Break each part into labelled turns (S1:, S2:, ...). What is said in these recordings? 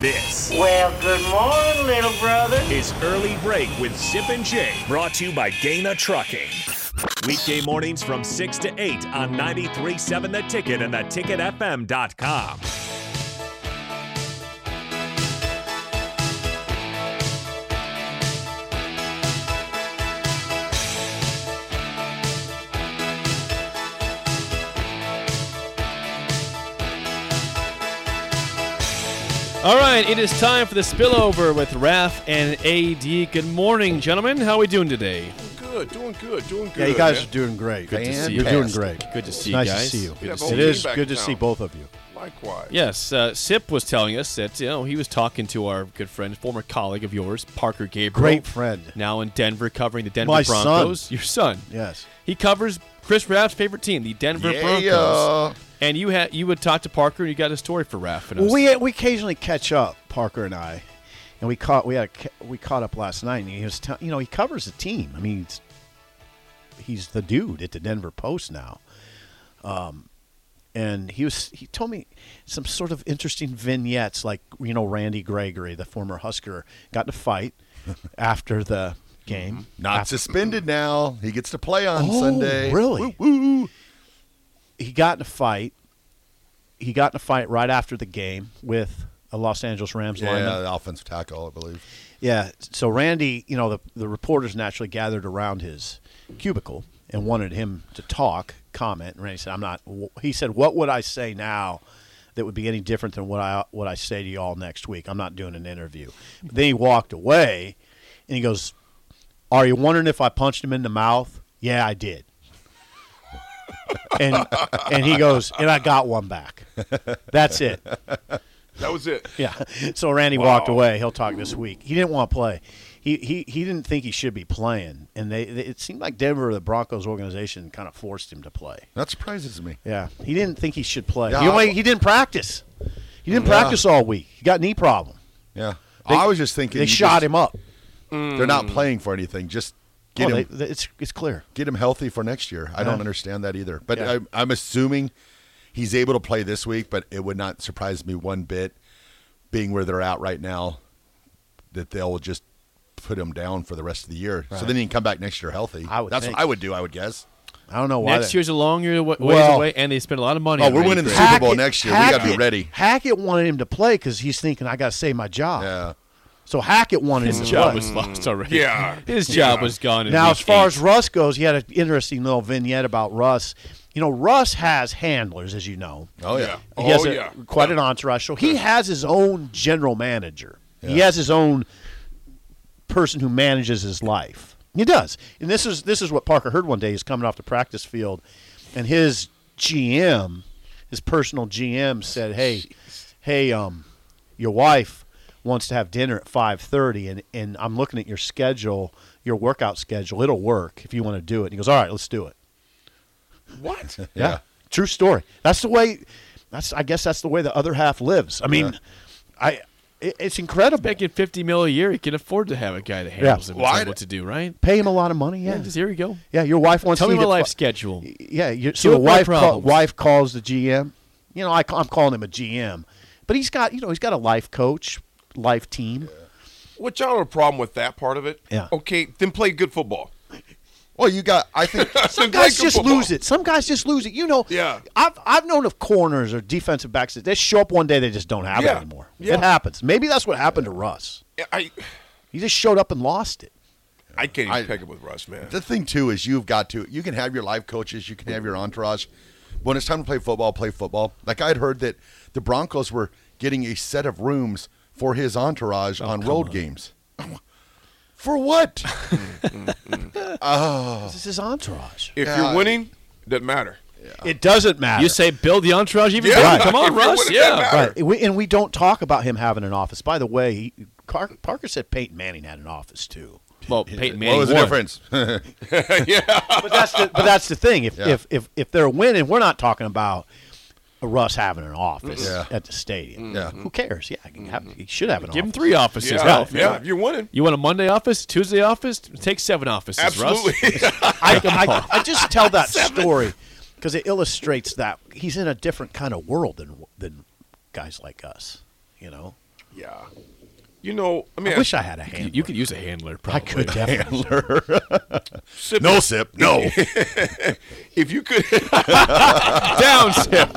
S1: This
S2: Well, good morning, little brother.
S1: is Early Break with Zip and Jay, brought to you by Gaina Trucking. Weekday mornings from 6 to 8 on 93.7 The Ticket and theticketfm.com.
S3: All right, it is time for the spillover with Raf and AD. Good morning, gentlemen. How are we doing today?
S4: Good, doing good, doing good.
S5: Yeah, you guys
S4: man.
S5: are doing great.
S3: Good to see
S5: You're
S3: you.
S5: doing great.
S3: Good to see you
S5: nice
S3: guys.
S5: to see you.
S3: Good to Yeah, see both
S5: it
S3: of you
S5: is
S4: back
S5: good to
S4: now.
S5: see both of you.
S4: Likewise.
S3: Yes, uh, Sip was telling us that you know he was talking to our good friend, former colleague of yours, Parker Gabriel.
S5: Great friend.
S3: Now in Denver, covering the Denver
S5: My son.
S3: Broncos. Your son.
S5: Yes.
S3: He covers Chris Raff's favorite team, the Denver
S4: Yeah.
S3: Broncos. And you had you would talk to Parker, and you got a story for Raff. And I
S5: Well,
S3: was-
S5: we we occasionally catch up, Parker and I, and we caught we had a, ca- we caught up last night, and he was tell you know he covers the team. I mean, it's, he's the dude at the Denver Post now. Um, and he was he told me some sort of interesting vignettes, like you know Randy Gregory, the former Husker, got in a fight after the game.
S3: Mm-hmm.
S4: Not suspended now. He gets to play on Sunday.
S5: Oh, Really?
S4: Woo, woo.
S5: he got in a fight. He got in a fight right after the game with a Los Angeles Rams
S4: Yeah,
S5: lineman.
S4: the offensive tackle, I believe.
S5: Yeah. So Randy, you know, the the reporters naturally gathered around his cubicle and wanted him to talk, comment. And Randy said, "I'm not." He said, "What would I say now?" That would be any different than what I what I say to y'all next week. I'm not doing an interview. But then he walked away, and he goes, "Are you wondering if I punched him in the mouth? Yeah, I did." and and he goes, and I got one back. That's it.
S6: That was it.
S5: Yeah. So Randy walked away. He'll talk this week. He didn't want to play. He, he, he didn't think he should be playing, and they, they it seemed like Denver, the Broncos organization, kind of forced him to play.
S4: That surprises me.
S5: Yeah, he didn't think he should play.
S4: Yeah,
S5: he, only,
S4: I-
S5: he didn't practice. He didn't
S4: Yeah.
S5: practice all week. He got knee problem.
S4: Yeah. I was just thinking
S5: They
S4: you
S5: shot
S4: just-
S5: him up.
S4: They're not playing for anything. Just get
S5: Oh, they,
S4: him
S5: they- it's it's clear.
S4: get him healthy for next year. I don't
S5: Yeah.
S4: understand that either. But
S5: Yeah.
S4: I, I'm assuming he's able to play this week. But it would not surprise me one bit, being where they're at right now, that they'll just put him down for the rest of the year. So then he can come back next year healthy.
S5: I would
S4: That's
S5: think.
S4: what I would do. I would guess.
S5: I don't know why.
S3: next
S5: they-
S3: year's a long year wa- ways
S5: Well-
S3: away, and they spend a lot of money.
S4: Oh,
S3: on
S4: we're
S3: Randy
S4: winning the
S3: Gregory.
S4: Super Bowl next year. We got to be
S5: Hackett-
S4: ready.
S5: Hackett wanted him to play because he's thinking I got to save my job.
S4: Yeah.
S5: So Hackett wanted him
S3: His
S5: to
S3: job
S5: play.
S3: was lost already.
S6: Yeah.
S3: His job was gone. in
S5: Now,
S3: week
S5: as far
S3: eight.
S5: as Russ goes, he had an interesting little vignette about Russ. You know, Russ has handlers, as you know.
S4: Oh yeah.
S5: He
S6: Oh,
S5: has a-
S6: yeah.
S5: quite an entourage. So he has his own general manager. He has his own person who manages his life. He does. And this is this is what Parker heard one day. He's coming off the practice field, and his GM, his personal GM, said, "Hey, hey, um, your wife wants to have dinner at five thirty, and and I'm looking at your schedule, your workout schedule. It'll work if you want to do it." And he goes, "All right, let's do it."
S6: What?
S5: Yeah. True story. That's the way that's I guess that's the way the other half lives. I mean, I it, it's incredible.
S3: making fifty mil a year, he can afford to have a guy that handles him and
S6: Well,
S3: tells
S6: I-
S3: him what to do, right?
S5: Pay him a lot of money,
S3: Yeah,
S5: yeah.
S3: just here we go.
S5: Yeah, your wife wants
S3: Tell
S5: to
S3: me my
S5: eat at
S3: life
S5: fi-
S3: schedule.
S5: Yeah, your, so the
S3: up my
S5: wife call,
S3: problems.
S5: wife calls the GM. You know, I ca- I'm calling him a GM. But he's got, you know, he's got a life coach, life team.
S6: Which I don't have a problem with that part of it.
S5: Yeah.
S6: Okay, then play good football.
S4: Well, you got. I think
S5: Some guys
S6: Like a
S5: just
S6: football.
S5: lose it. Some guys just lose it. You know,
S6: Yeah.
S5: I've I've known of corners or defensive backs that they show up one day they just don't have
S6: Yeah.
S5: it anymore.
S6: Yeah.
S5: It happens. Maybe that's what happened to Russ.
S6: I
S5: He just showed up and lost it.
S6: I can't
S4: I-
S6: even pick it with Russ, man.
S4: the thing too is you've got to. You can have your life coaches. You can have your entourage. When it's time to play football, play football. Like I'd heard that the Broncos were getting a set of rooms for his entourage Oh, on road games. For what? Oh.
S5: This is his entourage.
S6: if
S4: God.
S6: you're winning, doesn't matter.
S5: It doesn't matter.
S3: You say build the entourage even
S6: Yeah.
S3: better. Come on,
S6: Right.
S3: Russ.
S6: What does that
S3: Yeah.
S6: matter?
S5: Right. We, and we don't talk about him having an office. By the way, he, Car- Parker said Peyton Manning had an office too.
S3: Well, Peyton Manning
S4: what was the
S3: won.
S4: difference?
S5: But that's the, but that's the thing. If,
S4: Yeah.
S5: if if if they're winning, we're not talking about Russ having an office
S4: Mm-hmm. Yeah. Mm-hmm.
S5: at the stadium.
S4: Yeah.
S5: Who cares? Yeah, he, can have, he should have an
S3: Give him
S5: office.
S3: three offices.
S6: Yeah,
S3: Ralph.
S6: yeah, If you're winning,
S3: You want a Monday office, Tuesday office? Take seven offices,
S6: absolutely.
S3: Russ.
S5: I, I, I just tell that story because it illustrates that he's in a different kind of world than than guys like us. You know,
S6: yeah. You know, I mean,
S5: I wish I had a handler.
S3: You could use a handler,
S5: I
S3: probably.
S5: could definitely.
S6: Sip-
S4: no sip. No.
S6: If you could,
S3: Down, Sip.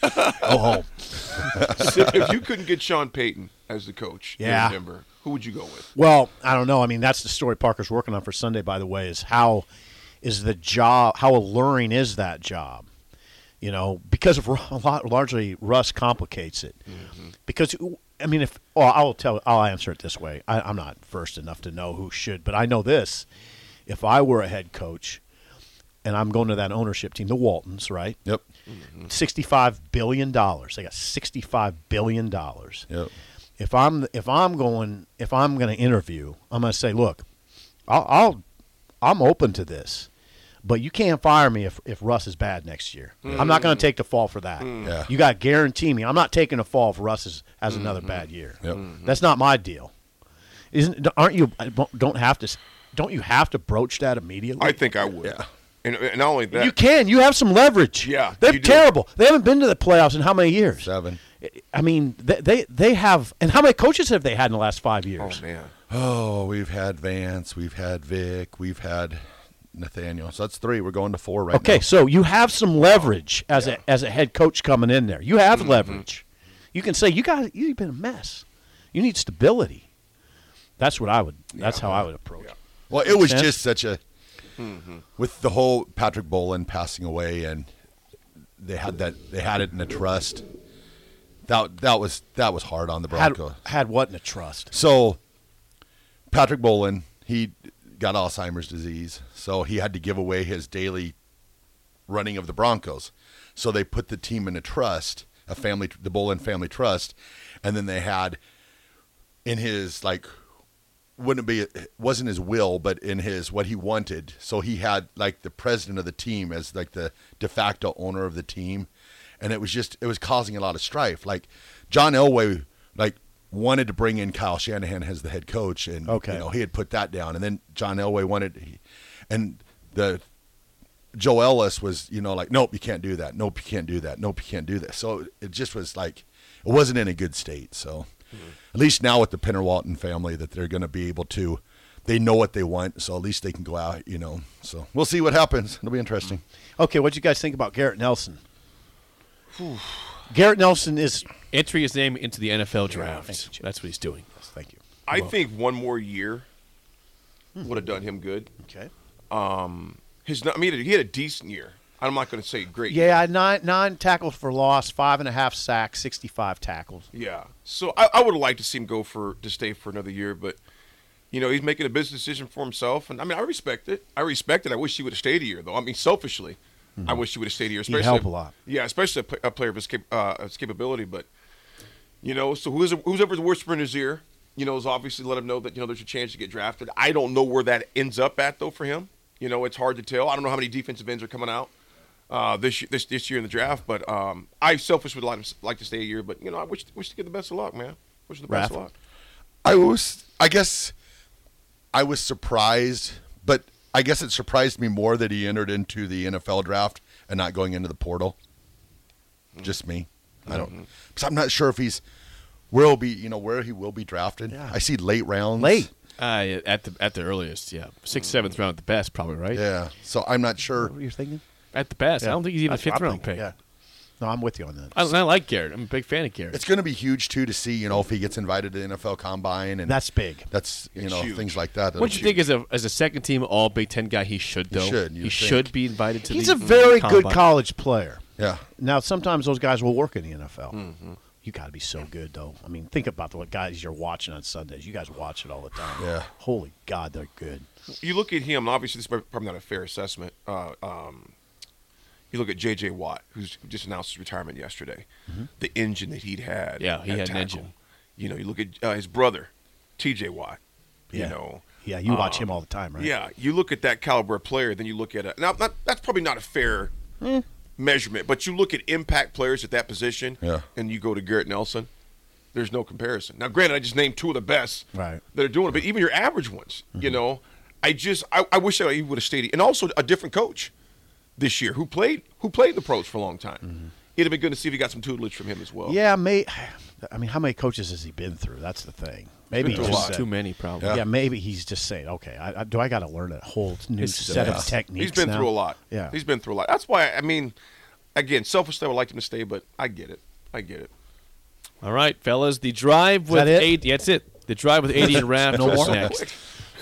S5: Go home.
S6: Sip, if you couldn't get Sean Payton as the coach
S5: Yeah.
S6: in Denver, who would you go with?
S5: Well, I don't know. I mean, that's the story Parker's working on for Sunday. By the way, is how is the job? How alluring is that job? You know, because of Ru- a lot, largely Russ complicates it.
S3: Mm-hmm.
S5: Because I mean, if well, I'll tell, I'll answer it this way. I, I'm not versed enough to know who should, but I know this: if I were a head coach, and I'm going to that ownership team, the Waltons, right?
S4: yep.
S5: Sixty-five billion dollars. They got sixty-five billion dollars
S4: Yep.
S5: if I'm if I'm going if I'm going to interview, I'm going to say, look, I'll, I'll I'm open to this, but you can't fire me if, if Russ is bad next year. I'm not
S6: Mm.
S5: going to take the fall for that.
S4: Yeah.
S5: You got to guarantee me. I'm not taking the fall if Russ is, has
S6: Mm-hmm.
S5: another bad year.
S4: Yep.
S5: That's not my deal. Isn't aren't you uh, don't have to don't you have to broach that immediately?
S6: I think I would. And, and not only that,
S5: you can. You have some leverage.
S6: Yeah,
S5: they're
S6: you do.
S5: terrible. They haven't been to the playoffs in how many years?
S4: Seven.
S5: I mean, they, they they have. And how many coaches have they had in the last five years?
S6: Oh man,
S4: Oh, we've had Vance, we've had Vic, we've had Nathaniel. So that's three. We're going to four right
S5: Okay,
S4: now.
S5: so you have some leverage as a as a head coach coming in there. You
S6: Mm-hmm.
S5: have leverage. You can say you got you've been a mess. You need stability. That's what I would. That's how I would approach. it.
S4: Well, it was
S5: sense.
S4: just such a with the whole Patrick Boland passing away, and they had that they had it in a trust. That that was that was hard on the
S5: Had,
S4: Broncos.
S5: had what in a trust?
S4: So Patrick Boland, he got Alzheimer's disease, so he had to give away his daily running of the Broncos. So they put the team in a trust, a family, the Boland family trust, and then they had in his like wouldn't be wasn't his will, but in his what he wanted. So he had like the president of the team as like the de facto owner of the team, and it was just it was causing a lot of strife. Like John Elway, like wanted to bring in Kyle Shanahan as the head coach, and
S5: Okay.
S4: you know he had put that down, and then John Elway wanted, he, and the Joe Ellis was, you know, like, nope, you can't do that. Nope, you can't do that. Nope, you can't do that. So it just was like, it wasn't in a good state. So at least now with the Pinner Walton family, that they're going to be able to, they know what they want. So at least they can go out, you know. So we'll see what happens. It'll be interesting.
S5: Okay, what would you guys think about Garrett Nelson? Garrett Nelson is.
S3: Entering his name into the NFL draft. That's what he's doing.
S5: Thank you.
S6: I think one more year, would have done him good.
S5: Okay.
S6: His, I mean, he had a decent year. I'm not going to say great. year.
S5: Yeah, nine nine tackles for loss, five and a half sacks, sixty five tackles.
S6: Yeah. So I, I would have liked to see him go for to stay for another year, but you know he's making a business decision for himself, and I mean I respect it. I respect it. I wish he would have stayed a year, though. I mean, selfishly, I wish he would have stayed a year. Especially
S5: Mm-hmm. help a lot.
S6: Yeah, especially a, pl- a player of his, cap- uh, his capability. But you know, so who's whoever's whispering in his ear, you know, is obviously let him know that you know there's a chance to get drafted. I don't know where that ends up at though for him. You know, it's hard to tell. I don't know how many defensive ends are coming out uh, this y- this this year in the draft. But um, I selfish would like to, s- like to stay a year, but you know I wish wish to get the best of luck, man. Wish you the best of
S5: Raph?
S6: luck.
S4: I was, I guess, I was surprised, but I guess it surprised me more that he entered into the NFL draft and not going into the portal.
S3: Hmm.
S4: Just me, I don't. Because I'm not sure if he's where he'll be, you know, where he will be drafted. I see late rounds,
S5: Late.
S3: Uh, at the at the earliest, yeah, sixth, seventh round at the best, probably right.
S4: yeah. So I'm not sure.
S5: What you're thinking?
S3: At the best, I don't think he's even a
S5: That's what
S3: fifth
S5: I'm
S3: round
S5: thinking,
S3: pick.
S5: Yeah. No, I'm with you on that.
S3: I, don't- I like Garrett. I'm a big fan of Garrett.
S4: It's going to be huge too to see, you know, if he gets invited to the NFL Combine and
S5: That's big.
S4: that's you
S6: It's
S4: know
S6: huge.
S4: things like that.
S3: what do you think as a as a second team All Big Ten guy? He should
S4: He
S3: though.
S4: should, you
S3: He
S4: think.
S3: should be invited to.
S5: He's
S3: the
S5: a very good
S3: combine.
S5: college player.
S4: Yeah.
S5: Now, sometimes those guys will work in the NFL.
S6: Mm-hmm.
S5: You got to be so good, though. I mean, think about the guys you're watching on Sundays. You guys watch it all the time.
S4: Yeah.
S5: Holy God, they're good.
S6: You look at him. Obviously, this is probably not a fair assessment. Uh, um, you look at J.J. Watt, who's just announced his retirement yesterday. The engine that he'd had.
S3: Mm-hmm. Yeah, he had
S6: at
S3: an
S6: tackle.
S3: engine.
S6: You know, you look at uh, his brother, T.J. Watt.
S5: Yeah.
S6: You know.
S5: Yeah, you watch him all the time, right?
S6: Uh, Yeah, you look at that caliber of player, then you look at a now. Not, that's probably not a fair
S5: Hmm.
S6: measurement, but you look at impact players at that position,
S4: Yeah.
S6: and you go to Garrett Nelson. There's no comparison. Now, granted, I just named two of the best
S5: Right. Mm-hmm.
S6: that are doing it, but even your average ones, you know, I just I, I wish that he would have stayed, and also a different coach this year who played who played the pros for a long time. It'd have been good to see if he got some tutelage from him as well.
S5: Mm-hmm. Yeah, may, I mean, how many coaches has he been through? That's the thing. Maybe
S6: been
S5: he
S6: through a
S5: just
S6: lot.
S5: said-
S3: Too many, probably.
S5: Yeah. maybe he's just saying, okay, I, I, do I got to learn a whole new
S3: It's-
S5: set
S3: yeah.
S5: of techniques?
S6: he's been
S5: now?
S6: through a lot.
S5: Yeah,
S6: he's been through a lot. That's why I mean, again, selfishly, I would like him to stay, but I get it. I get it.
S3: All right, fellas. The drive with
S5: that it?
S3: eight. That's it. The drive with 80 and Raph
S5: No
S3: is
S5: more?
S3: next.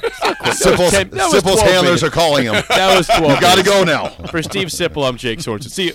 S4: Sipple's,
S3: ten- that was 12
S4: Sipple's handlers
S3: minutes.
S4: are calling him.
S3: That was 12.
S4: you got to
S3: minutes.
S4: go now.
S3: For Steve Sipple, I'm Jake Sorensen. See you.